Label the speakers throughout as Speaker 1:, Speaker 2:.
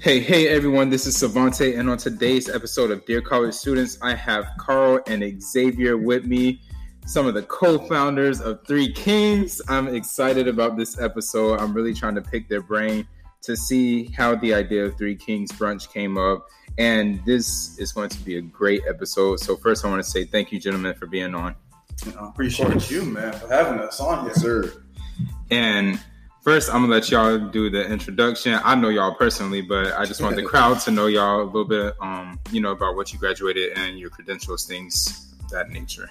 Speaker 1: Hey, hey everyone, this is Savante, and on today's episode of Dear College Students, I have Carl and Xavier with me, some of the co founders of Three Kings. I'm excited about this episode. I'm really trying to pick their brain to see how the idea of Three Kings brunch came up, and this is going to be a great episode. So, first, I want to say thank you, gentlemen, for being on.
Speaker 2: I appreciate you, man, for having us on here.
Speaker 3: sir.
Speaker 1: And first, I'm gonna let y'all do the introduction. I know y'all personally, but I just want the crowd to know y'all a little bit, um, you know, about what you graduated and your credentials, things of that nature.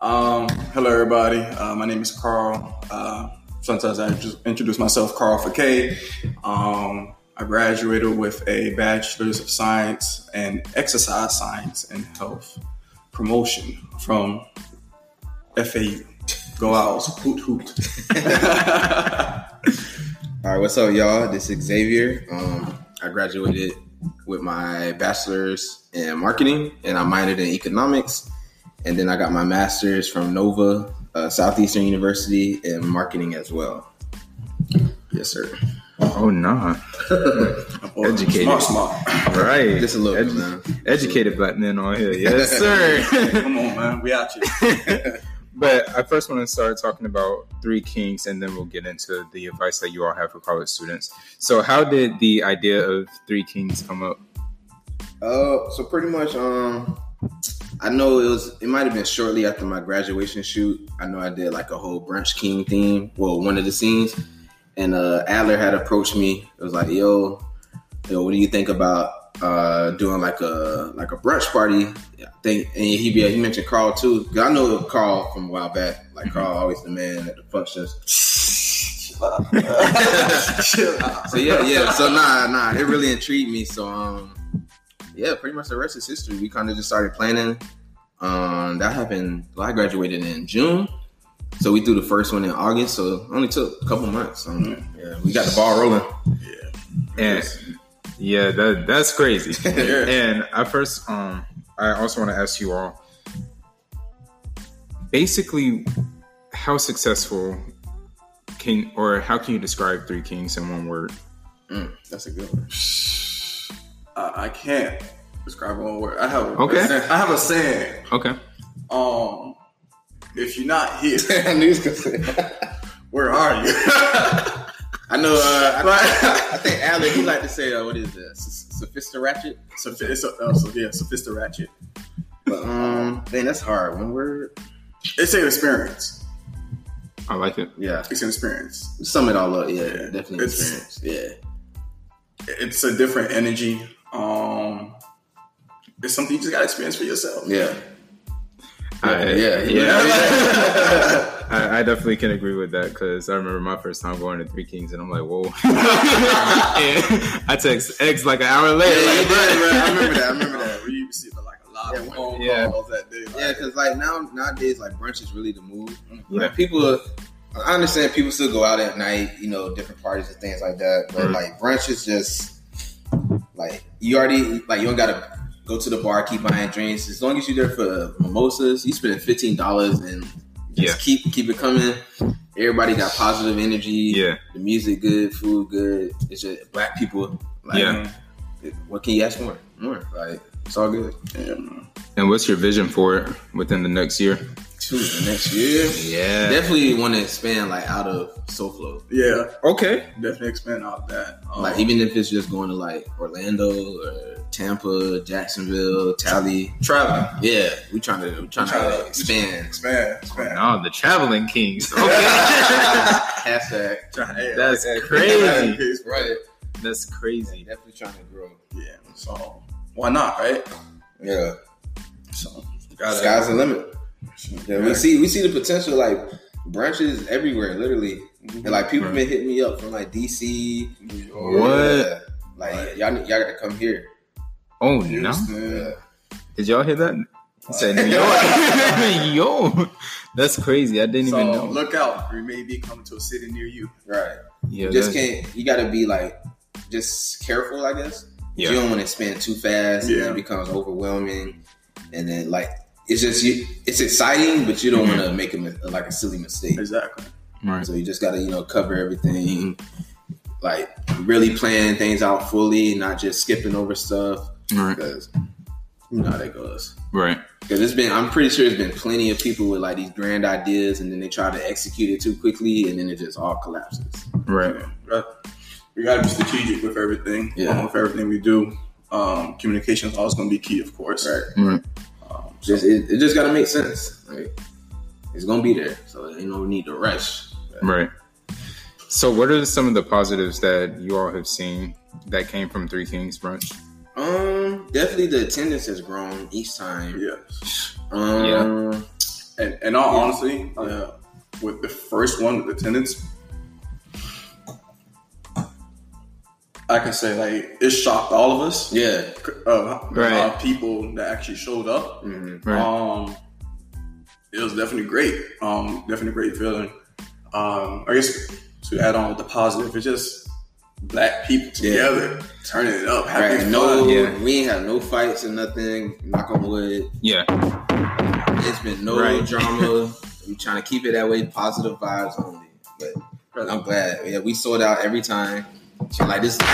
Speaker 2: Um, hello, everybody. Uh, my name is Carl. Uh, sometimes I just introduce myself, Carl for K. Um, I graduated with a Bachelor's of Science and Exercise Science and Health promotion from FAU. Go Owls, hoot hoot.
Speaker 3: All right, what's up, y'all? This is Xavier. Um, I graduated with my bachelor's in marketing, and I minored in economics, and then I got my master's from Nova uh, Southeastern University in marketing as well. Yes, sir.
Speaker 1: Oh nah. Educated.
Speaker 2: Smart, smart.
Speaker 1: Right.
Speaker 3: Just a little bit,
Speaker 1: Edu-
Speaker 3: man.
Speaker 1: educated black men on here. Yes, sir.
Speaker 2: Come on, man. We out here.
Speaker 1: but I first want to start talking about Three Kings and then we'll get into the advice that you all have for college students. So, how did the idea of Three Kings come up?
Speaker 3: Uh, so pretty much, um, I know it was. It might have been shortly after my graduation shoot. I know I did like a whole brunch king theme. Well, one of the scenes, and uh, Adler had approached me. It was like, yo, yo, what do you think about uh doing like a like a brunch party? Yeah, I think, and he be he mentioned Carl too. 'cause I know Carl from a while back. Like Carl, always the man at the functions.
Speaker 2: Chill out. Chill out.
Speaker 3: So yeah, yeah. So nah, nah. It really intrigued me. So um, yeah. Pretty much the rest is history. We kind of just started planning. Um, that happened. Well, I graduated in June, so we threw the first one in August. So it only took a couple months. Um, yeah, we got the ball rolling.
Speaker 1: And yeah, that that's crazy.
Speaker 2: Yeah.
Speaker 1: And I first, um, I also want to ask you all, basically, how successful can or how can you describe Three Kings in one word?
Speaker 3: That's a good one.
Speaker 2: I, I can't describe it one word. I have a,
Speaker 1: Okay.
Speaker 2: I have a saying.
Speaker 1: Okay,
Speaker 2: Um, if you're not here,
Speaker 3: I knew he was gonna say that.
Speaker 2: where are you?
Speaker 3: I know. Uh,
Speaker 2: Right.
Speaker 3: I, I think Alec, he like to say, uh, "What is this? Sophista ratchet."
Speaker 2: Sophi- it's a, uh, so, yeah, Sophista Ratchet.
Speaker 3: But um, dang, that's hard. One word.
Speaker 2: It's an experience.
Speaker 1: I like it.
Speaker 3: Yeah.
Speaker 2: It's an experience.
Speaker 3: Sum it all up. Yeah,
Speaker 2: Yeah.
Speaker 3: definitely.
Speaker 2: It's-
Speaker 3: Experience. Yeah.
Speaker 2: It's a different energy. Um, it's something you just gotta experience for yourself.
Speaker 3: Yeah.
Speaker 1: I,
Speaker 3: yeah,
Speaker 2: yeah.
Speaker 1: I, I definitely can agree with that because I remember my first time going to Three Kings and I'm like, whoa. And I text X like an hour later.
Speaker 3: Yeah,
Speaker 1: like,
Speaker 3: you did, bro. I remember that. I remember that.
Speaker 2: Uh, we received like a lot of
Speaker 3: Yeah.
Speaker 2: phone
Speaker 1: Yeah.
Speaker 2: calls that day. Like,
Speaker 3: Yeah, because like now nowadays, like brunch is really the move.
Speaker 1: Yeah.
Speaker 3: Like people, I understand people still go out at night, you know, different parties and things like that. But
Speaker 1: Mhm.
Speaker 3: like brunch is just like you already like you don't gotta go to the bar, keep buying drinks. As long as you're there for mimosas, you spending fifteen dollars and just
Speaker 1: Yeah.
Speaker 3: keep keep it coming. Everybody got positive energy.
Speaker 1: yeah,
Speaker 3: the music good, food good. It's just black people. Like,
Speaker 1: Yeah.
Speaker 3: what can you ask for? More like it's all good.
Speaker 2: yeah, man.
Speaker 1: and what's your vision for it within the next year?
Speaker 3: Two next year.
Speaker 1: Yeah,
Speaker 3: Definitely want to expand like out of SoFlo.
Speaker 2: yeah,
Speaker 1: Okay.
Speaker 2: definitely expand out that. Um,
Speaker 3: Like even if it's just going to like Orlando or Tampa, Jacksonville, Tally.
Speaker 2: traveling,
Speaker 3: Yeah, we trying to we trying to
Speaker 2: Travel.
Speaker 3: expand.
Speaker 2: expand, expand.
Speaker 1: Oh, the traveling kings.
Speaker 3: Hashtag
Speaker 1: That's crazy.
Speaker 3: right.
Speaker 1: That's crazy.
Speaker 3: Definitely trying to grow.
Speaker 2: Yeah. So why not, right?
Speaker 3: Yeah,
Speaker 2: So
Speaker 3: sky's the limit. Yeah, we see we see the potential. Like branches everywhere, literally. And like people
Speaker 1: Right.
Speaker 3: been hitting me up from like DC. or-
Speaker 1: What?
Speaker 3: Like y'all y'all gotta come here.
Speaker 1: Oh no!
Speaker 3: Yeah.
Speaker 2: Houston.
Speaker 1: Did y'all hear that? It said New York. Yo, that's crazy. I didn't even
Speaker 2: So
Speaker 1: know.
Speaker 2: look out, we may be coming to a city near you.
Speaker 3: Right.
Speaker 1: Yeah,
Speaker 3: You just
Speaker 1: that's-
Speaker 3: can't. You got to be like just careful, I guess.
Speaker 1: Yeah.
Speaker 3: You don't want to expand too fast, and
Speaker 2: Yeah.
Speaker 3: then it becomes overwhelming, and then like it's just you. It's exciting, but you don't want to make a mi- like a silly mistake.
Speaker 2: Exactly.
Speaker 1: Right.
Speaker 3: So you just got to you know cover everything. like really planning things out fully, not just skipping over stuff
Speaker 1: Right.
Speaker 3: because you know how that goes.
Speaker 1: Right.
Speaker 3: Because it's been, I'm pretty sure it's been plenty of people with like these grand ideas and then they try to execute it too quickly and then it just all collapses.
Speaker 1: Right.
Speaker 2: We gotta be strategic with everything.
Speaker 3: Yeah.
Speaker 2: um, with everything we do. Um, communication is always gonna be key, of course.
Speaker 3: Right.
Speaker 1: Right.
Speaker 2: Um, so-
Speaker 3: Just it, it just gotta make sense. Like it's gonna be there, so ain't no need to rush.
Speaker 1: Right. So, what are some of the positives that you all have seen that came from Three Kings brunch?
Speaker 3: Um, definitely the attendance has grown each time.
Speaker 2: yes.
Speaker 3: Um,
Speaker 1: Yeah.
Speaker 2: And, and all
Speaker 3: Yeah.
Speaker 2: honestly, uh, with the first one with attendance, I can say like it shocked all of us.
Speaker 3: yeah.
Speaker 2: Uh, the amount of
Speaker 1: Right.
Speaker 2: people that actually showed up.
Speaker 3: Mhm.
Speaker 1: Right.
Speaker 2: Um, it was definitely great. Um, definitely great feeling. Um, I guess to add on with the positive, it's just black people
Speaker 3: Yeah.
Speaker 2: together turning it up, having
Speaker 3: Right.
Speaker 2: fun.
Speaker 3: No,
Speaker 1: Yeah.
Speaker 3: we ain't have no fights or nothing. Knock on wood.
Speaker 1: yeah.
Speaker 3: It's been no
Speaker 1: Right.
Speaker 3: drama. I'm trying to keep it that way, positive vibes only. But I'm glad. Yeah, we sold out every time. So like this. My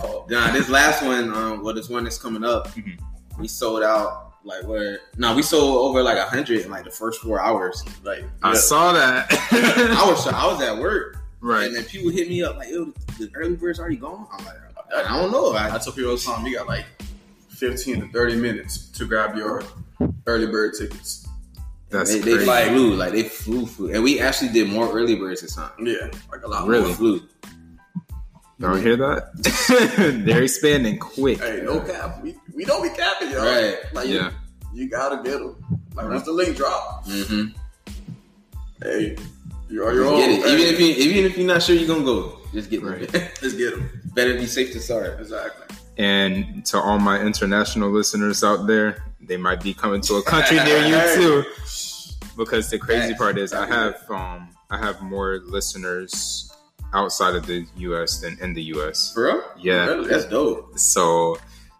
Speaker 3: fault. Nah, this last one, um, well, this one that's coming up,
Speaker 1: Mhm.
Speaker 3: we sold out like where? Nah, we sold over like hundred in like the first four hours.
Speaker 2: Like
Speaker 1: I
Speaker 2: yeah.
Speaker 1: saw that.
Speaker 3: I was I was at work,
Speaker 1: right.
Speaker 3: and then people hit me up like, "Yo, the early bird's already gone." I'm like, I don't know. I,
Speaker 2: I tell people all the time, you got like 15 to 30 minutes to grab your early bird tickets.
Speaker 1: That's
Speaker 3: they,
Speaker 1: crazy.
Speaker 3: they
Speaker 2: Like-
Speaker 3: flew, like they flew, flew, and we actually did more early birds this time.
Speaker 2: Yeah, like a lot.
Speaker 1: Really?
Speaker 3: More flew.
Speaker 1: Y'all hear that? They're expanding quick.
Speaker 2: Hey, no cap. We, we don't be capping, y'all.
Speaker 3: Right.
Speaker 2: Like,
Speaker 1: Yeah.
Speaker 2: you, you gotta get them. Like, once the link drop,
Speaker 3: Mm-hmm.
Speaker 2: hey, you're on your own.
Speaker 3: Get it.
Speaker 2: Hey,
Speaker 3: Even if you, even if you're not sure you're gonna go, just get
Speaker 1: Right.
Speaker 3: it.
Speaker 2: Just get them.
Speaker 3: Better be safe than sorry.
Speaker 2: Exactly.
Speaker 1: And to all my international listeners out there, they might be coming to a country near you too. Because the crazy part is, I have um, I have more listeners outside of the U.S. than in the U.S.
Speaker 3: For real?
Speaker 1: Yeah.
Speaker 2: Really?
Speaker 3: That's dope.
Speaker 1: So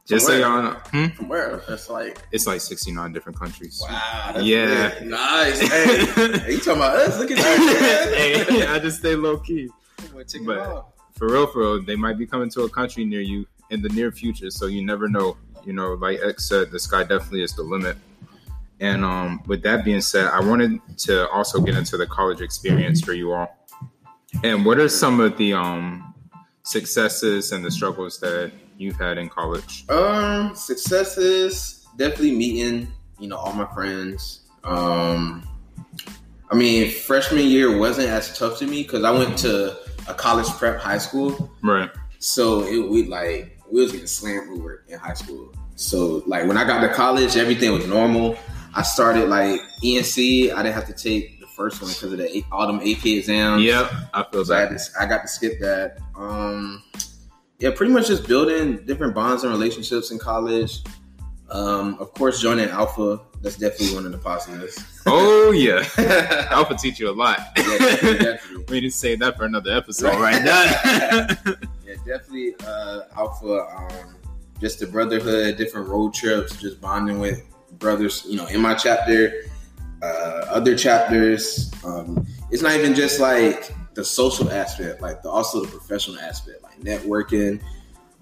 Speaker 1: just so
Speaker 2: Where?
Speaker 1: y'all know, hmm?
Speaker 2: From where? That's like,
Speaker 1: it's like 69 different countries.
Speaker 3: Wow.
Speaker 1: Yeah.
Speaker 3: good. Nice. Hey, hey, you talking about us? Look at us.
Speaker 1: hey, I just stay low key.
Speaker 3: We're taking
Speaker 1: But-
Speaker 3: off.
Speaker 1: for real, for real, they might be coming to a country near you in the near future. So you never know. You know, like X said, the sky definitely is the limit. And um, with that being said, I wanted to also get into the college experience for you all. And what are some of the um, successes and the struggles that you've had in college?
Speaker 3: Um, successes definitely meeting you know all my friends. Um, I mean freshman year wasn't as tough to me because I went to a college prep high school,
Speaker 1: Right,
Speaker 3: so it we like we was getting slammed with work in high school. So like when I got to college, everything was normal. I started like ENC. I didn't have to take the first one because of the A- all them AP exams.
Speaker 1: Yep, I feel
Speaker 3: So I,
Speaker 1: that.
Speaker 3: had to, I got to skip that. Um, yeah, pretty much just building different bonds and relationships in college. Um, of course, joining Alpha. That's definitely one of the positives.
Speaker 1: Oh yeah,
Speaker 3: yeah,
Speaker 1: Alpha teach you a lot.
Speaker 3: definitely, definitely.
Speaker 1: we didn't say that for another episode, right? now.
Speaker 3: Yeah, definitely uh, Alpha. Um, just the brotherhood, different road trips, just bonding with brothers. You know, in my chapter, uh, other chapters. Um, it's not even just like the social aspect, like the, also the professional aspect, like networking.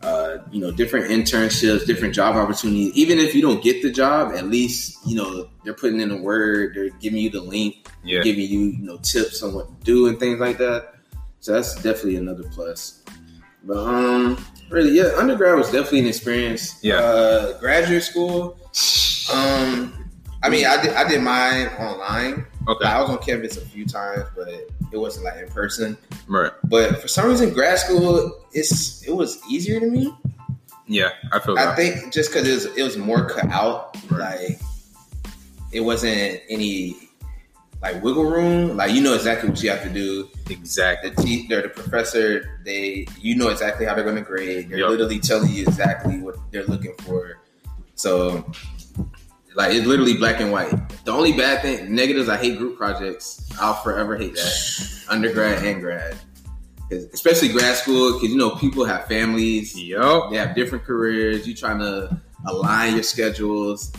Speaker 3: uh, you know, different internships, different job opportunities. Even if you don't get the job, at least you know they're putting in the word, they're giving you the link,
Speaker 1: yeah,
Speaker 3: giving you you know tips on what to do and things like that. So that's definitely another plus. But um, really, yeah, undergrad was definitely an experience.
Speaker 1: Yeah.
Speaker 3: uh, graduate school. Um, I mean, I did I did mine online.
Speaker 1: okay,
Speaker 3: I was on campus a few times, but it wasn't like in person.
Speaker 1: right,
Speaker 3: But for some reason, grad school it's it was easier to me.
Speaker 1: yeah, I feel
Speaker 3: I
Speaker 1: that.
Speaker 3: think just because it was, it was more cut out, like it wasn't any like wiggle room. Like you know exactly what you have to do.
Speaker 1: Exactly.
Speaker 3: The te- they're the professor. They you know exactly how they're going to grade. They're
Speaker 1: Yep.
Speaker 3: literally telling you exactly what they're looking for. So like it's literally black and white. The only bad thing, negatives. I hate group projects. I'll forever hate that. Undergrad and grad. 'Cause- Especially grad school, because you know people have families
Speaker 1: Yup.
Speaker 3: they have different careers. You trying to align your schedules,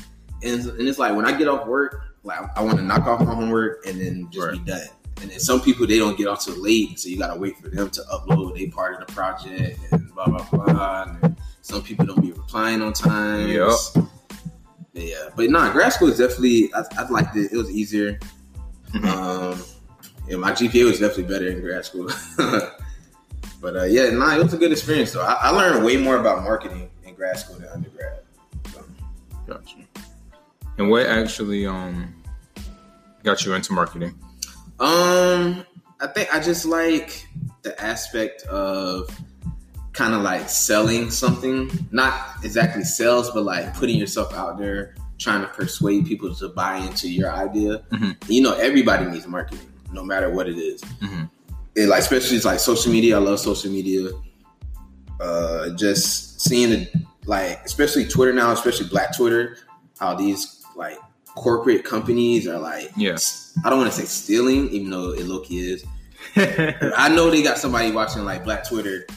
Speaker 3: and, and it's like when I get off work, like I want to knock off my homework and then just be done. And then some people they don't get off till late, so you gotta wait for them to upload they part of the project and blah blah blah. And then some people don't be replying on time.
Speaker 1: Yup.
Speaker 3: Yeah, but nah, grad school is definitely. I, I liked it. It was easier. Um, yeah, my GPA was definitely better in grad school. but uh, yeah, nah, it was a good experience though. I, I learned way more about marketing in grad school than undergrad. So,
Speaker 1: Gotcha. And what actually um got you into marketing?
Speaker 3: um, I think I just like the aspect of kind of like selling something, not exactly sales, but like putting yourself out there, trying to persuade people to buy into your idea.
Speaker 1: Mhm.
Speaker 3: You know, everybody needs marketing, no matter what it is.
Speaker 1: Mhm.
Speaker 3: It, like especially it's like social media. I love social media. Uh, just seeing the like, especially Twitter now, especially Black Twitter, how these like corporate companies are like,
Speaker 1: Yeah.
Speaker 3: I don't want to say stealing, even though it low-key is, I know they got somebody watching like Black Twitter.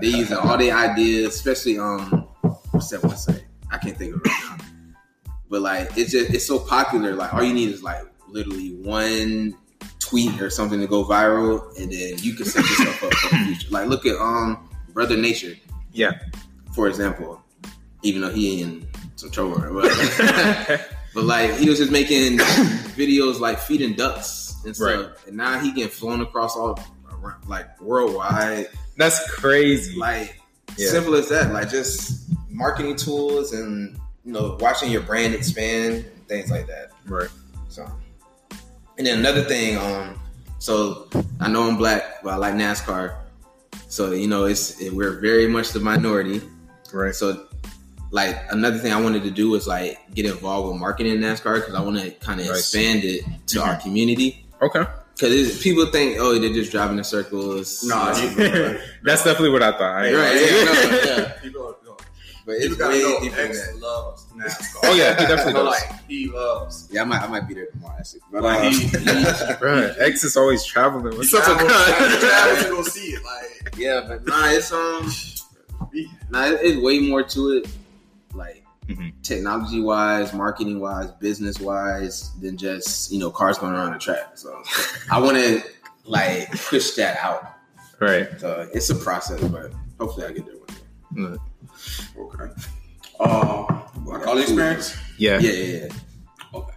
Speaker 3: They using all their ideas, especially um, what's that website? I can't think of it right now. But like, it's just it's so popular. Like, all you need is like literally one tweet or something to go viral, and then you can set yourself up for the future. Like, look at um, Brother Nature,
Speaker 1: yeah.
Speaker 3: for example. Even though he in some trouble, but, but like he was just making videos like feeding ducks and stuff,
Speaker 1: Right.
Speaker 3: and now he getting flown across all around, like worldwide.
Speaker 1: That's crazy.
Speaker 3: Like
Speaker 1: Yeah.
Speaker 3: simple as that. Like just marketing tools and you know watching your brand expand and things like that.
Speaker 1: right.
Speaker 3: So, and then another thing, um, so I know I'm black, but I like NASCAR. So you know, it's it, we're very much the minority.
Speaker 1: Right.
Speaker 3: So, like another thing I wanted to do was like get involved with marketing in NASCAR because I want to kind of
Speaker 1: Right.
Speaker 3: expand it to our community
Speaker 1: Okay.
Speaker 3: because people think oh they're just driving in circles.
Speaker 2: Nah, you-
Speaker 1: That's definitely what I thought. I ain't
Speaker 3: Right,
Speaker 1: gonna
Speaker 3: yeah,
Speaker 1: lie.
Speaker 3: no, yeah.
Speaker 2: People don't-
Speaker 3: but
Speaker 2: You
Speaker 3: it's
Speaker 2: gotta
Speaker 3: way
Speaker 2: know
Speaker 3: deeper than
Speaker 2: X
Speaker 3: that.
Speaker 2: loves NASCAR.
Speaker 1: Oh, yeah, he definitely does.
Speaker 2: Like he loves.
Speaker 3: Yeah, I might I might be there tomorrow actually. But
Speaker 2: Like
Speaker 3: um,
Speaker 2: he, he,
Speaker 1: Bruh, X is always traveling. What's up
Speaker 2: travels-
Speaker 1: with
Speaker 2: he travels to
Speaker 1: that?
Speaker 2: go see it. Like
Speaker 3: yeah, but nah, it's um, nah, it- it's way more to it, like
Speaker 1: Mhm.
Speaker 2: Mm-hmm.
Speaker 3: technology wise, marketing wise, business wise, than just you know cars going around the track. So I want to like push that out.
Speaker 1: Right.
Speaker 3: So it's a process, but hopefully I get there one day.
Speaker 2: okay. Um, black college experience.
Speaker 1: Yeah.
Speaker 3: Yeah, yeah, yeah.
Speaker 2: Okay.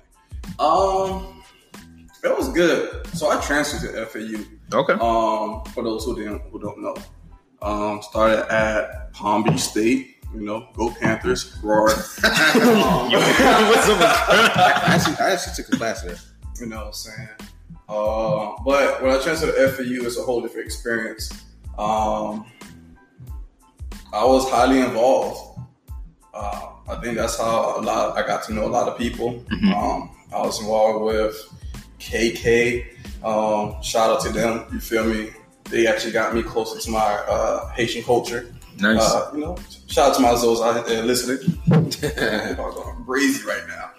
Speaker 2: Um, it was good. So I transferred to FAU.
Speaker 1: Okay.
Speaker 2: Um, for those who didn't who don't know, um, started at Palm Beach State. You know, go Panthers, roar. Um,
Speaker 1: Yo, what's up with that?
Speaker 3: I actually, I actually took a class there.
Speaker 2: You know what I'm saying? Uh, but when I transferred to FAU, it's a whole different experience. Um, I was highly involved. Uh, I think that's how a lot I got to know a lot of people.
Speaker 1: Mhm.
Speaker 2: Um, I was involved with KK. Um, shout out to them. You feel me? They actually got me closer to my uh, Haitian culture.
Speaker 1: Nice.
Speaker 2: Uh, you know, shout out to my Zos out there listening. I'm crazy right now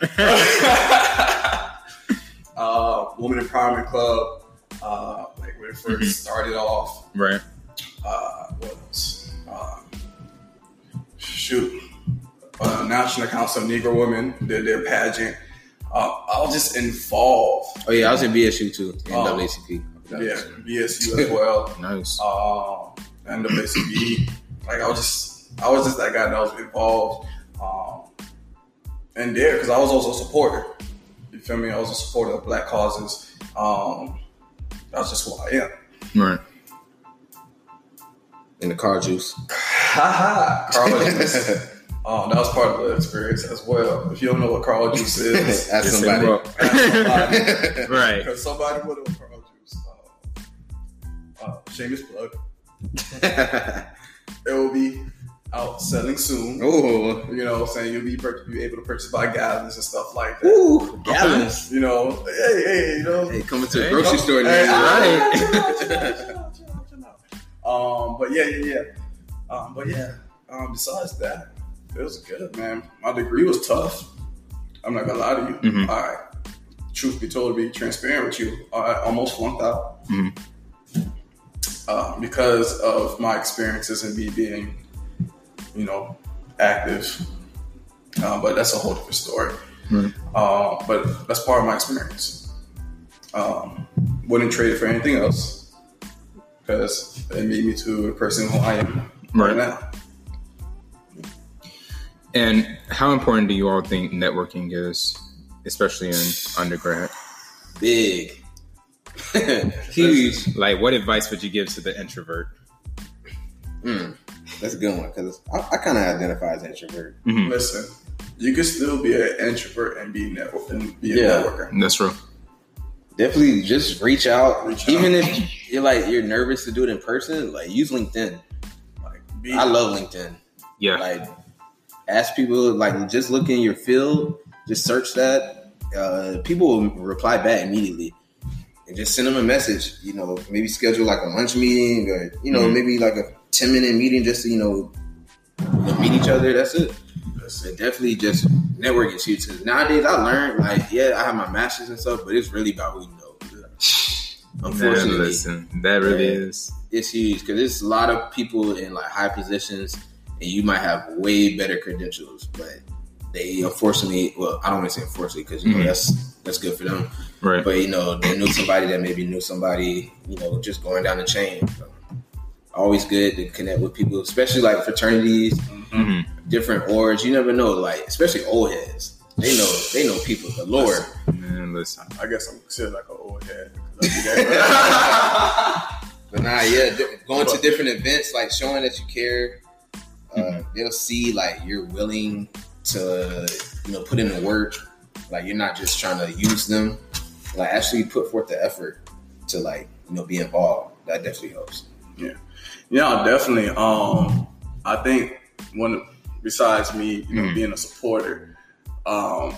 Speaker 2: uh, Women Empowerment Club, uh, like when it 1st
Speaker 1: Mhm.
Speaker 2: started off.
Speaker 1: right.
Speaker 2: Uh, what else? Um, shoot, uh, National Council of Negro Women did their pageant. Uh, I was just involved.
Speaker 3: Oh yeah, I was in BSU too,
Speaker 2: Oh.
Speaker 3: NAACP.
Speaker 2: Yeah, BSU as well.
Speaker 1: Nice.
Speaker 3: uh,
Speaker 2: Um, and the BCB. Like I was just, I was just that guy that was involved. Um, and there, because I was also a supporter. You feel me? I was a supporter of black causes. Um, that's just who I am.
Speaker 1: Right.
Speaker 3: in the car juice.
Speaker 2: Haha, Carl Juice. um, that was part of the experience as well. If you don't know what Carl Juice is,
Speaker 3: Ask
Speaker 1: Yes,
Speaker 3: somebody.
Speaker 1: bro.
Speaker 2: ask
Speaker 3: uh,
Speaker 2: somebody.
Speaker 1: right.
Speaker 2: Because somebody would have Carl Juice. Uh, uh, shameless plug. It will be out selling soon.
Speaker 3: Ooh.
Speaker 2: You know what I'm saying? You'll be, pur- be able to purchase by gallons and stuff like that.
Speaker 3: Ooh, gallons.
Speaker 2: You know, hey, hey, you know.
Speaker 3: Hey, coming to
Speaker 1: Hey,
Speaker 3: a grocery
Speaker 2: come-
Speaker 3: store
Speaker 2: hey,
Speaker 3: now.
Speaker 1: right.
Speaker 2: chill out, chill out, chill out, chill out, chill out. Um, but yeah, yeah, yeah. Um, but yeah. Um, besides that, it was good, man. My degree was tough. I'm not gonna lie to you.
Speaker 3: Mm-hmm.
Speaker 1: Mhm.
Speaker 2: I, truth be told, to be transparent with you, I almost flunked out
Speaker 1: Mhm.
Speaker 2: uh, because of my experiences and me being, you know, active. Uh, but that's a whole different story.
Speaker 1: Right.
Speaker 2: Uh, but that's part of my experience. Um, wouldn't trade it for anything else because it made me to the person who I am right,
Speaker 1: Right.
Speaker 2: now.
Speaker 1: And how important do you all think networking is, especially in undergrad?
Speaker 3: Big. Huge.
Speaker 1: Like, what advice would you give to the introvert?
Speaker 3: Mm, that's a good one because I, I kind of identify as introvert.
Speaker 1: Mhm.
Speaker 2: Listen, you can still be an introvert and be network and be a
Speaker 3: Yeah.
Speaker 2: networker.
Speaker 1: That's true.
Speaker 3: Definitely just reach out.
Speaker 2: Reach
Speaker 3: Even
Speaker 2: out.
Speaker 3: if you're like you're nervous to do it in person, like use LinkedIn.
Speaker 2: Like, be,
Speaker 3: I love LinkedIn.
Speaker 1: Yeah.
Speaker 3: Like ask people like just look in your field, just search that. Uh, people will reply back immediately. And just send them a message, you know, maybe schedule like a lunch meeting or, you know,
Speaker 1: Mhm.
Speaker 3: maybe like a 10 minute meeting just to, you know, meet each other. That's it. So definitely just networking is huge. 'Cause nowadays I learned, like, yeah, I have my masters and stuff, but it's really about who you know.
Speaker 1: Man,
Speaker 3: Unfortunately,
Speaker 1: listen, that really
Speaker 3: Yeah.
Speaker 1: is.
Speaker 3: it's huge because there's a lot of people in like high positions, and you might have way better credentials, but they unfortunately, well, I don't want to say unfortunately because you know
Speaker 1: Mhm.
Speaker 3: that's that's good for them,
Speaker 1: Right.
Speaker 3: but you know they knew somebody that maybe knew somebody, you know, just going down the chain. So, always good to connect with people, especially like fraternities,
Speaker 1: Mhm.
Speaker 3: different orgs. You never know, like especially old heads. They know they know people the Lord.
Speaker 1: Man, listen.
Speaker 2: I guess I'm considered like an old head. 'cause I do that.
Speaker 3: But nah, yeah, di- going to different events, like showing that you care. Uh, They'll see like you're willing to, you know, put in the work. Like you're not just trying to use them. Like actually put forth the effort to like you know be involved. That definitely helps.
Speaker 2: Yeah, definitely. Um, I think one besides me, you know,
Speaker 1: Mhm.
Speaker 2: being a supporter, um,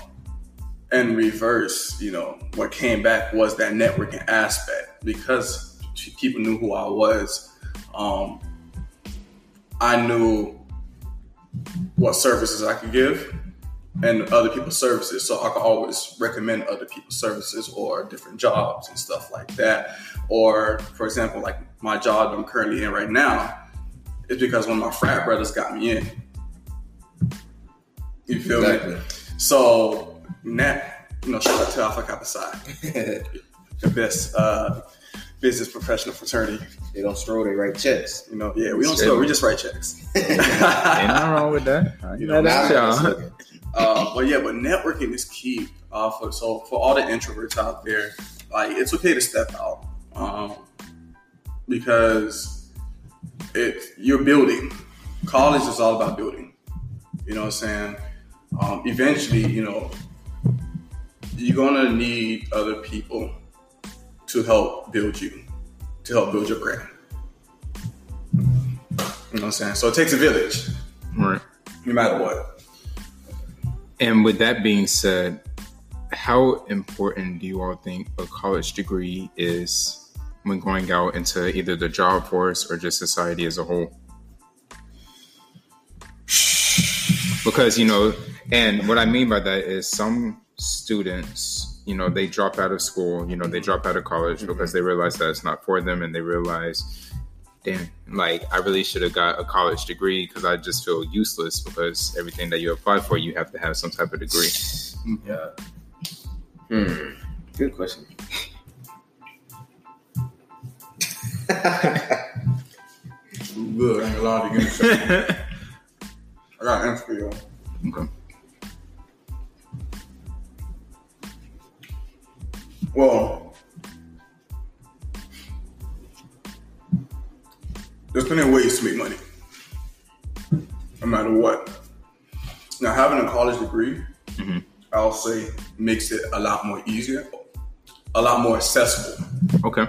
Speaker 2: in reverse, you know, what came back was that networking aspect because t- people knew who I was. Um, I knew what services I could give and other people's services, so I could always recommend other people's services or different jobs and stuff like that or for example, like my job I'm currently in right now, is because one of my frat brothers got me in. You feel me? So net, you know, shout out to Alpha Kappa Psi, the best uh, business professional fraternity.
Speaker 3: they don't stroll. They write checks.
Speaker 2: You know, yeah, we don't sell, we just write checks.
Speaker 1: Ain't nothing wrong with that.
Speaker 2: You
Speaker 1: You know,
Speaker 2: know,
Speaker 3: Nah,
Speaker 1: that's
Speaker 3: that's
Speaker 1: y'all.
Speaker 3: looking.
Speaker 2: Uh, but yeah, but networking is key. Uh, for so for all the introverts out there, like it's okay to step out um, because it you're building. College is all about building. You know what I'm saying? Um, eventually, you know, you're gonna need other people to help build you, to help build your brand. You know what I'm saying? So it takes a village,
Speaker 1: Right.
Speaker 2: no matter what.
Speaker 1: And with that being said, how important do you all think a college degree is when going out into either the job force or just society as a whole? Because, you know, and what I mean by that is some students, you know, they drop out of school, you know, they drop out of college because they realize that it's not for them and they realize, damn, like, I really should have got a college degree because I just feel useless because everything that you apply for, you have to have some type of degree.
Speaker 3: Yeah. Hmm. Good question.
Speaker 2: Good, I ain't allowed to get it. I got an answer for you.
Speaker 1: Okay.
Speaker 2: Well, there's plenty of ways to make money, no matter what. Now, having a college degree,
Speaker 1: Mhm.
Speaker 2: I'll say, makes it a lot more easier, a lot more accessible
Speaker 1: Okay.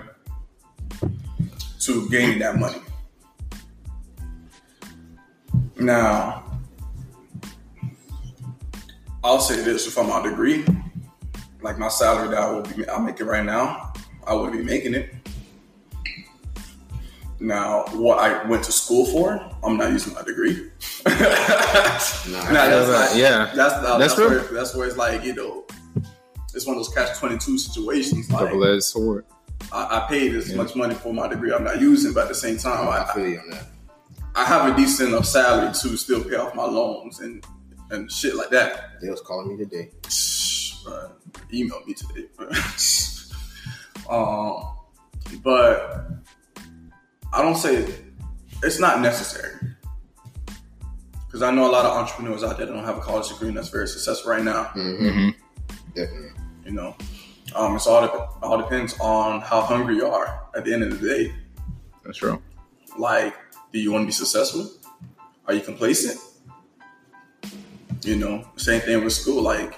Speaker 2: to gain that money. Now, I'll say this if I'm out degree, like my salary that I will be, I'll make it right now. I would be making it. Now, what I went to school for, I'm not using my degree. nah, that's
Speaker 1: that-
Speaker 2: not-
Speaker 1: yeah.
Speaker 2: that's not-
Speaker 1: That's
Speaker 2: that's where,
Speaker 1: real.
Speaker 2: that's where it's like you know, it's one of those catch twenty two situations. Like,
Speaker 1: Double edged sword.
Speaker 2: I, I paid as
Speaker 1: Yeah.
Speaker 2: much money for my degree I'm not using, but at the same time,
Speaker 3: I
Speaker 2: I,
Speaker 3: feel you on that.
Speaker 2: I have a decent enough salary to still pay off my loans and, and shit like that.
Speaker 3: They was calling me today.
Speaker 2: Shh, bruh. email me today. bruh. Um, but I don't say it's not necessary because I know a lot of entrepreneurs out there that don't have a college degree and that's very successful right now.
Speaker 1: Mm-hmm.
Speaker 3: Definitely.
Speaker 2: You know, um, it's all dep- all depends on how hungry you are at the end of the day.
Speaker 1: That's true.
Speaker 2: Like, do you want to be successful? Are you complacent? You know, same thing with school. Like,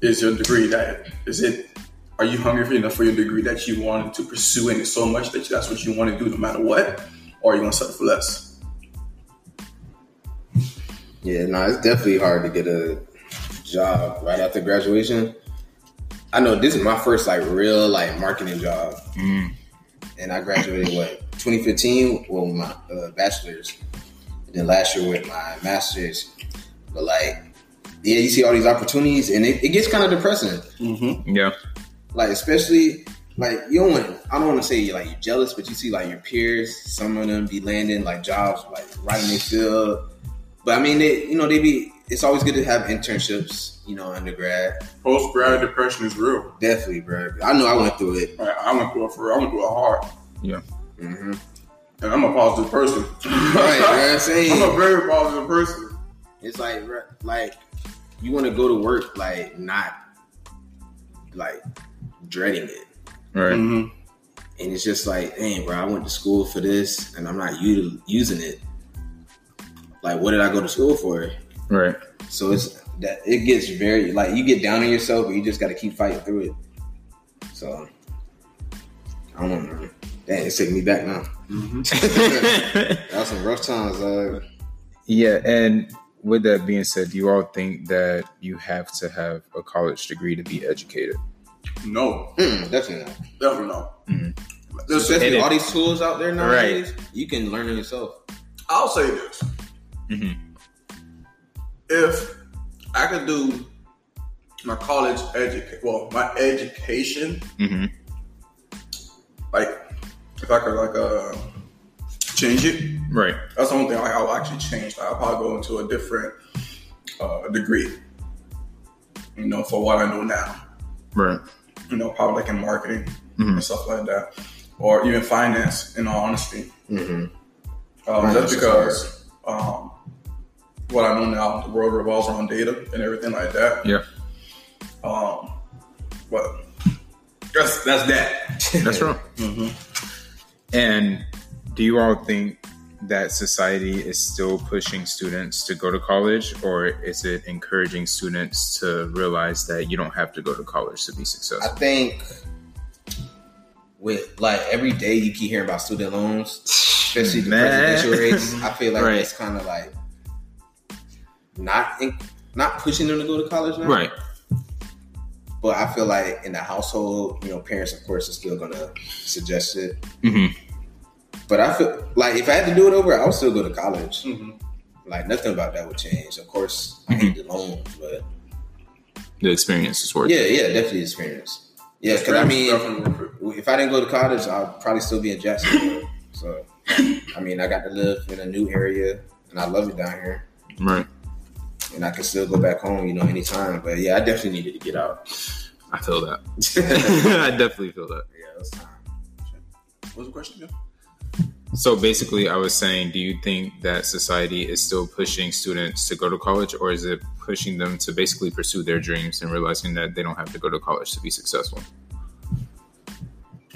Speaker 2: is your degree that is it? Are you hungry enough for your degree that you wanted to pursue and it's so much that that's what you want to do no matter what, or are you gonna settle for less?
Speaker 3: Yeah, no, it's definitely hard to get a job right after graduation. I know this is my first like real like marketing job,
Speaker 1: Mm.
Speaker 3: and I graduated what 2015 well with my uh, bachelor's, and then last year with my master's. But like, yeah, you see all these opportunities, and it, it gets kind of depressing.
Speaker 2: Mm-hmm.
Speaker 1: Yeah.
Speaker 3: Like especially like you don't want I don't want to say you're like you're jealous, but you see like your peers, some of them be landing like jobs like right in their field. But I mean, they you know they be. It's always good to have internships, you know, undergrad.
Speaker 2: Post grad depression is real.
Speaker 3: Definitely, bro. I know I went through it.
Speaker 2: Like, I went through it for real. I went through it hard,
Speaker 3: Mm-hmm.
Speaker 2: and I'm a positive person.
Speaker 3: Right, bro. I'm saying.
Speaker 2: I'm a very positive person.
Speaker 3: It's like re- like you want to go to work like not like dreading it,
Speaker 1: Right.
Speaker 2: Mm-hmm.
Speaker 3: and it's just like, dang, bro, I went to school for this, and I'm not u- using it. Like, what did I go to school for?
Speaker 1: Right.
Speaker 3: So it's that it gets very like you get down on yourself, but you just got to keep fighting through it. So I don't know. man. Dang, it's taking me back now.
Speaker 2: Mm-hmm.
Speaker 3: That was some rough times. Uh,
Speaker 1: yeah, and with that being said, do you all think that you have to have a college degree to be educated?
Speaker 2: No,
Speaker 3: mm, definitely. Not.
Speaker 2: definitely not.
Speaker 1: Mhm.
Speaker 3: Mm-hmm.
Speaker 2: There's-
Speaker 1: It
Speaker 3: Especially
Speaker 1: is.
Speaker 3: all these tools out there nowadays, you can learn it yourself.
Speaker 2: I'll say this.
Speaker 1: Mhm.
Speaker 2: If I could do my college education, well, my education,
Speaker 1: Mm-hmm.
Speaker 2: like if I could like uh change it,
Speaker 1: Right.
Speaker 2: that's the only thing like, I'll actually change. Like, I'll probably go into a different uh, degree, you know, for what I know now.
Speaker 1: Right.
Speaker 2: You know, probably like in marketing
Speaker 1: Mhm.
Speaker 2: and stuff like that, or even finance. In all honesty,
Speaker 3: Mm-hmm.
Speaker 2: Um,
Speaker 3: Finance
Speaker 2: that's
Speaker 3: is
Speaker 2: because um, what I know now, the world revolves around data and everything like that.
Speaker 1: Yeah.
Speaker 2: Um, but that's that's that.
Speaker 1: That's right.
Speaker 2: Mm-hmm.
Speaker 1: And do you all think that society is still pushing students to go to college, or is it encouraging students to realize that you don't have to go to college to be
Speaker 3: I
Speaker 1: successful?
Speaker 3: think with like every day you keep hearing about student loans, especially the
Speaker 1: Man.
Speaker 3: presidential rates, I feel like
Speaker 1: Right.
Speaker 3: it's kind of like not in, not pushing them to go to college now.
Speaker 1: Right.
Speaker 3: But I feel like in the household, you know, parents of course are still gonna suggest it.
Speaker 1: Mhm.
Speaker 3: But I feel like if I had to do it over, I would still go to college.
Speaker 1: Mm-hmm.
Speaker 2: Mhm.
Speaker 3: Like nothing about that would change. Of course, I hate the loans, but
Speaker 1: The experience is worth
Speaker 3: yeah,
Speaker 1: it.
Speaker 3: yeah, definitely experience. Yeah, because I mean,
Speaker 2: Definitely worth it.
Speaker 3: if I didn't go to college, I'd probably still be in Jacksonville. so, I mean, I got to live in a new area, and I love it down here.
Speaker 1: Right.
Speaker 3: And I can still go back home, you know, anytime. But yeah, I definitely needed to get out.
Speaker 1: I feel that.
Speaker 3: yeah,
Speaker 1: I definitely feel that.
Speaker 3: it's time.
Speaker 2: What's the question again?
Speaker 1: So basically, I was saying, do you think that society is still pushing students to go to college, or is it pushing them to basically pursue their dreams and realizing that they don't have to go to college to be successful?
Speaker 2: I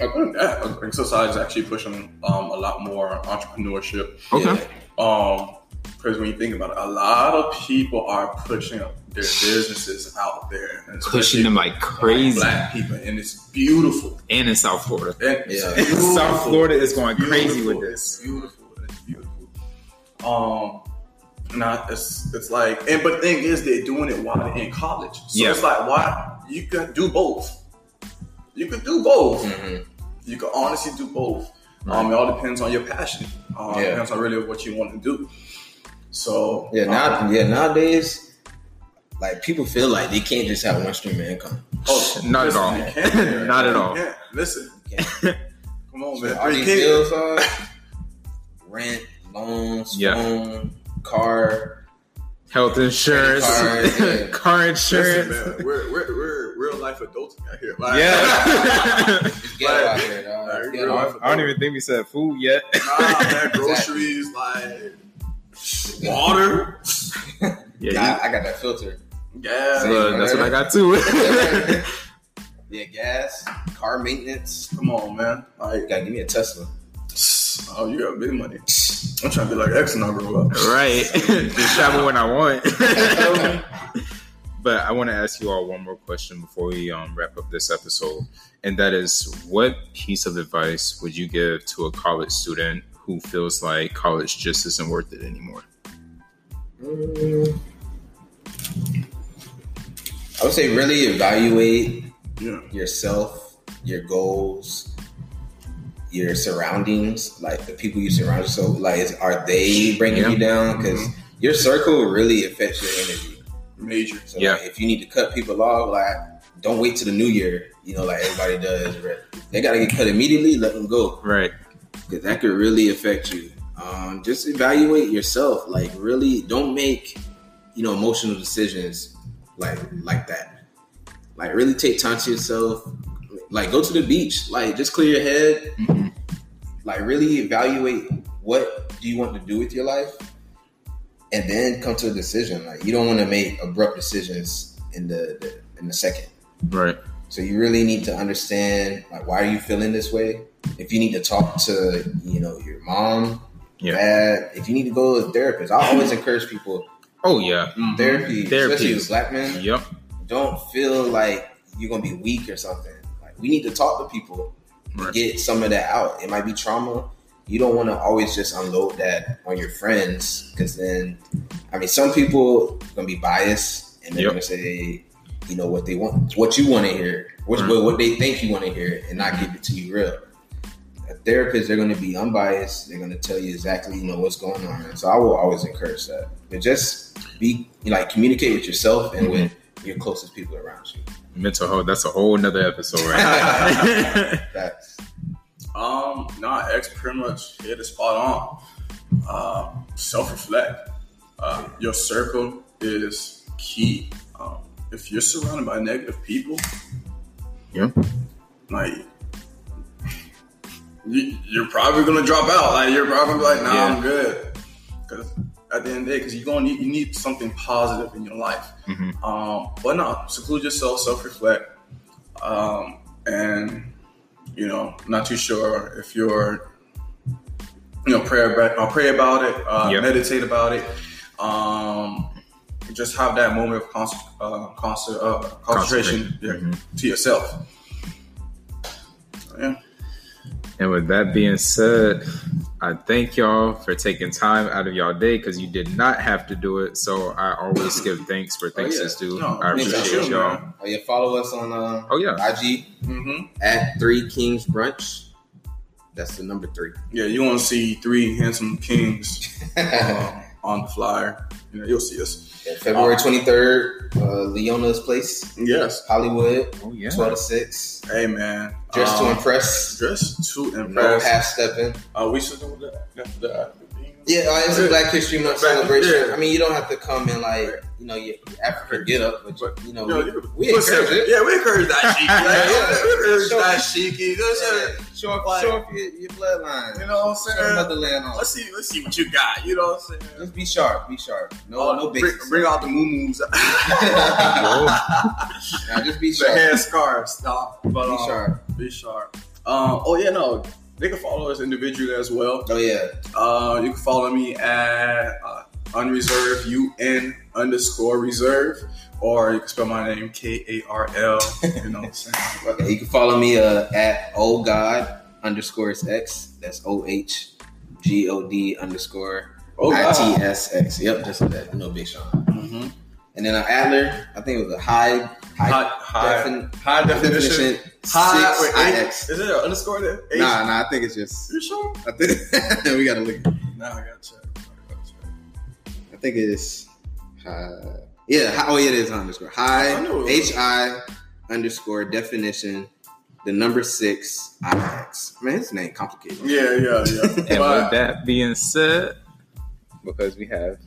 Speaker 2: think, yeah, I think society's actually pushing um, a lot more entrepreneurship.
Speaker 1: Okay.
Speaker 2: Um, because when you think about it, a lot of people are pushing their businesses out there, and
Speaker 1: Pushing them like crazy.
Speaker 2: Black people, and it's beautiful.
Speaker 1: And in South Florida.
Speaker 2: It's
Speaker 3: Yeah.
Speaker 2: beautiful.
Speaker 1: South Florida is going
Speaker 2: Beautiful.
Speaker 1: crazy with this.
Speaker 2: It's beautiful. It's beautiful. Um, not it's it's like and but the thing is they're doing it while they're in college. So
Speaker 1: Yeah.
Speaker 2: it's like why you could do both. You could do both.
Speaker 3: Mhm.
Speaker 2: You could honestly do both.
Speaker 1: Mm. Right.
Speaker 2: Um, it all depends on your passion. Um,
Speaker 3: Yeah.
Speaker 2: it depends on really what you want to do. So
Speaker 3: Yeah,
Speaker 2: um,
Speaker 3: now, yeah, nowadays, like people feel like they can't just have one stream of income.
Speaker 2: oh,
Speaker 1: Not at
Speaker 2: listen,
Speaker 1: all.
Speaker 2: you can't.
Speaker 1: Not at
Speaker 2: You
Speaker 1: all.
Speaker 2: can't. Listen,
Speaker 3: You
Speaker 2: come on,
Speaker 3: All
Speaker 2: man. You
Speaker 3: these
Speaker 2: can't.
Speaker 3: bills are rent, loans,
Speaker 1: Yeah.
Speaker 3: phone, car.
Speaker 1: health insurance,
Speaker 3: Car, yeah.
Speaker 1: car
Speaker 2: Listen,
Speaker 1: insurance.
Speaker 2: man, we're, we're, we're real life adults out here. Like,
Speaker 1: Yeah.
Speaker 3: It's ghetto out here, dog. It's
Speaker 2: Like,
Speaker 3: ghetto.
Speaker 2: you
Speaker 1: I don't even think we said food yet.
Speaker 2: nah, man, groceries, like water,
Speaker 1: Yeah,
Speaker 3: I, I got that filter.
Speaker 1: you-
Speaker 2: gas.
Speaker 3: Same.
Speaker 1: look, that's what I got too.
Speaker 3: yeah, gas, car maintenance.
Speaker 2: Come on, man. Like,
Speaker 3: Gotta give me a Tesla.
Speaker 2: oh, you got big money. I'm trying to be like X and I grow up.
Speaker 1: right. Just travel when I want. but I want to ask you all one more question before we um, wrap up this episode. And that is what piece of advice would you give to a college student who feels like college just isn't worth it anymore?
Speaker 3: I would say really evaluate
Speaker 2: Yeah.
Speaker 3: yourself, your goals, your surroundings, like the people you surround yourself with, like is, are they bringing
Speaker 1: Yeah. Mm-hmm.
Speaker 3: you down? Because your circle really affects your energy.
Speaker 2: Major.
Speaker 3: So
Speaker 1: Yeah.
Speaker 3: like, if you need to cut people off, like don't wait till the new year. You know, like everybody does. right? They gotta get cut immediately. Let them go.
Speaker 1: Right.
Speaker 3: because that could really affect you. Um, just evaluate yourself. Like, really, don't make you know emotional decisions like like that. Like, really take time to yourself. Like, go to the beach. Like, just clear your head.
Speaker 1: Mhm.
Speaker 3: Like, really evaluate what do you want to do with your life, and then come to a decision. Like, you don't want to make abrupt decisions in the, the in the second.
Speaker 1: Right.
Speaker 3: So you really need to understand like why are you feeling this way? If you need to talk to, you know, your mom,
Speaker 1: Yeah.
Speaker 3: dad, if you need to go to a therapist, I always encourage people
Speaker 1: Oh, yeah.
Speaker 3: therapy,
Speaker 1: Therapy.
Speaker 3: especially with black men,
Speaker 1: Yep.
Speaker 3: don't feel like you're gonna be weak or something. Like we need to talk to people to
Speaker 1: Right.
Speaker 3: get some of that out. It might be trauma. You don't want to always just unload that on your friends because then, I mean, some people gonna be biased and they're
Speaker 1: Yep.
Speaker 3: gonna say, you know, what they want, what you want to hear, what,
Speaker 1: Right.
Speaker 3: what what they think you want to hear, and not give it to you real. A therapist, they're gonna be unbiased. They're gonna tell you exactly, you know, what's going on. And so I will always encourage that. But just be like communicate with yourself and with your closest people around you.
Speaker 1: Mental health. That's a whole nother episode right now.
Speaker 3: That's
Speaker 2: Um, nah, X pretty much hit it spot on. Um, self reflect. Uh, your circle is key. Um, if you're surrounded by negative people,
Speaker 1: Yeah.
Speaker 2: like you, you're probably gonna drop out. Like you're probably gonna be like, nah,
Speaker 1: Yeah.
Speaker 2: I'm good. Because at the end of the day, because you gonna need you need something positive in your life.
Speaker 1: Mhm.
Speaker 2: Um, but no, seclude yourself, self reflect, um, and you know, not too sure if you're, you know, pray about, uh, pray about it, uh,
Speaker 1: Yeah.
Speaker 2: meditate about it, um, just have that moment of concent- uh, concent- uh, concentration yeah,
Speaker 1: Concentration. Mm-hmm.
Speaker 2: to yourself. So,
Speaker 3: Oh,
Speaker 2: yeah.
Speaker 1: And with that being said, I thank y'all for taking time out of y'all day because you did not have to do it. So I always give thanks for thanks
Speaker 3: yeah.
Speaker 1: is due.
Speaker 2: Oh, No,
Speaker 1: I
Speaker 3: thanks,
Speaker 1: appreciate
Speaker 3: sure,
Speaker 1: y'all.
Speaker 2: man.
Speaker 3: oh yeah, follow us on uh,
Speaker 1: Oh yeah,
Speaker 3: IG
Speaker 2: hmm
Speaker 3: at Three Kings Brunch. That's the number three.
Speaker 2: Yeah, you want to see three handsome kings um, on the flyer. You know, you'll see us.
Speaker 3: Yeah, February twenty third, uh, Leona's Place,
Speaker 2: Yes.
Speaker 3: Hollywood,
Speaker 1: oh yeah.
Speaker 3: twelve to six.
Speaker 2: Hey, man.
Speaker 3: Dress to
Speaker 2: Um,
Speaker 3: impress,
Speaker 2: Dress to
Speaker 3: no
Speaker 2: impress.
Speaker 3: half stepping.
Speaker 2: Are we still doing that? That's the-
Speaker 3: Yeah, uh, it's a Black History Month
Speaker 2: Black-
Speaker 3: celebration.
Speaker 2: yeah.
Speaker 3: I mean, you don't have to come in like you know your African get up, but you know
Speaker 2: Yo,
Speaker 3: we,
Speaker 2: you-
Speaker 3: we encourage it.
Speaker 2: Yeah, we encourage that shiki. Like, we encourage
Speaker 3: Sure.
Speaker 2: that shiki. You know what I'm saying?
Speaker 3: Yeah, Show off, show off your, your bloodline.
Speaker 2: You know what I'm
Speaker 3: Show
Speaker 2: saying?
Speaker 3: motherland off.
Speaker 2: Let's see, let's see what you got. You know what I'm saying?
Speaker 3: Just be sharp. Be sharp. No,
Speaker 2: Oh,
Speaker 3: no
Speaker 2: bring,
Speaker 3: basics.
Speaker 2: bring out the moo-moos.
Speaker 1: Whoa.
Speaker 3: Nah, just be
Speaker 2: the
Speaker 3: sharp.
Speaker 2: hair scarves. Stop. But,
Speaker 3: Be
Speaker 2: um,
Speaker 3: sharp.
Speaker 2: Be sharp. Um, oh, yeah, no. They can follow us individually as well.
Speaker 3: Oh yeah.
Speaker 2: Uh, you can follow me at uh, unreserved, un underscore reserve, or you can spell my name K A R L. You know what I'm saying?
Speaker 3: Yeah, you can follow me uh, at oh god underscores x. That's O H G O D underscore
Speaker 2: Oh,
Speaker 3: I
Speaker 2: God.
Speaker 3: T S X. Yep, just like that. No big Sean.
Speaker 2: Mhm.
Speaker 3: And then uh, Adler, I think it was a high
Speaker 2: High,
Speaker 3: high,
Speaker 2: high,
Speaker 3: defin-
Speaker 2: high definition. High,
Speaker 3: six
Speaker 2: wait,
Speaker 3: I
Speaker 2: eight-
Speaker 3: X.
Speaker 2: Is it an underscore there? Eight?
Speaker 3: Nah, nah, I think it's just
Speaker 2: You sure?
Speaker 3: I think we gotta look.
Speaker 2: Nah, I got you. I got you.
Speaker 3: I think it's uh, yeah. hi- Oh yeah, it is underscore high
Speaker 2: I knew it was.
Speaker 3: H I underscore definition. The number six I X. Man, his name complicated.
Speaker 2: Yeah, yeah, yeah.
Speaker 1: And with
Speaker 2: But-
Speaker 1: that being said, because we have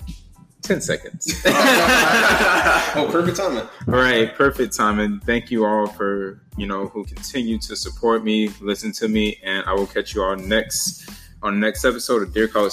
Speaker 1: 10 seconds.
Speaker 3: oh, perfect timing.
Speaker 1: All right, perfect timing. Thank you all for, you know, who continue to support me, listen to me, and I will catch you all next on the next episode of Dear College.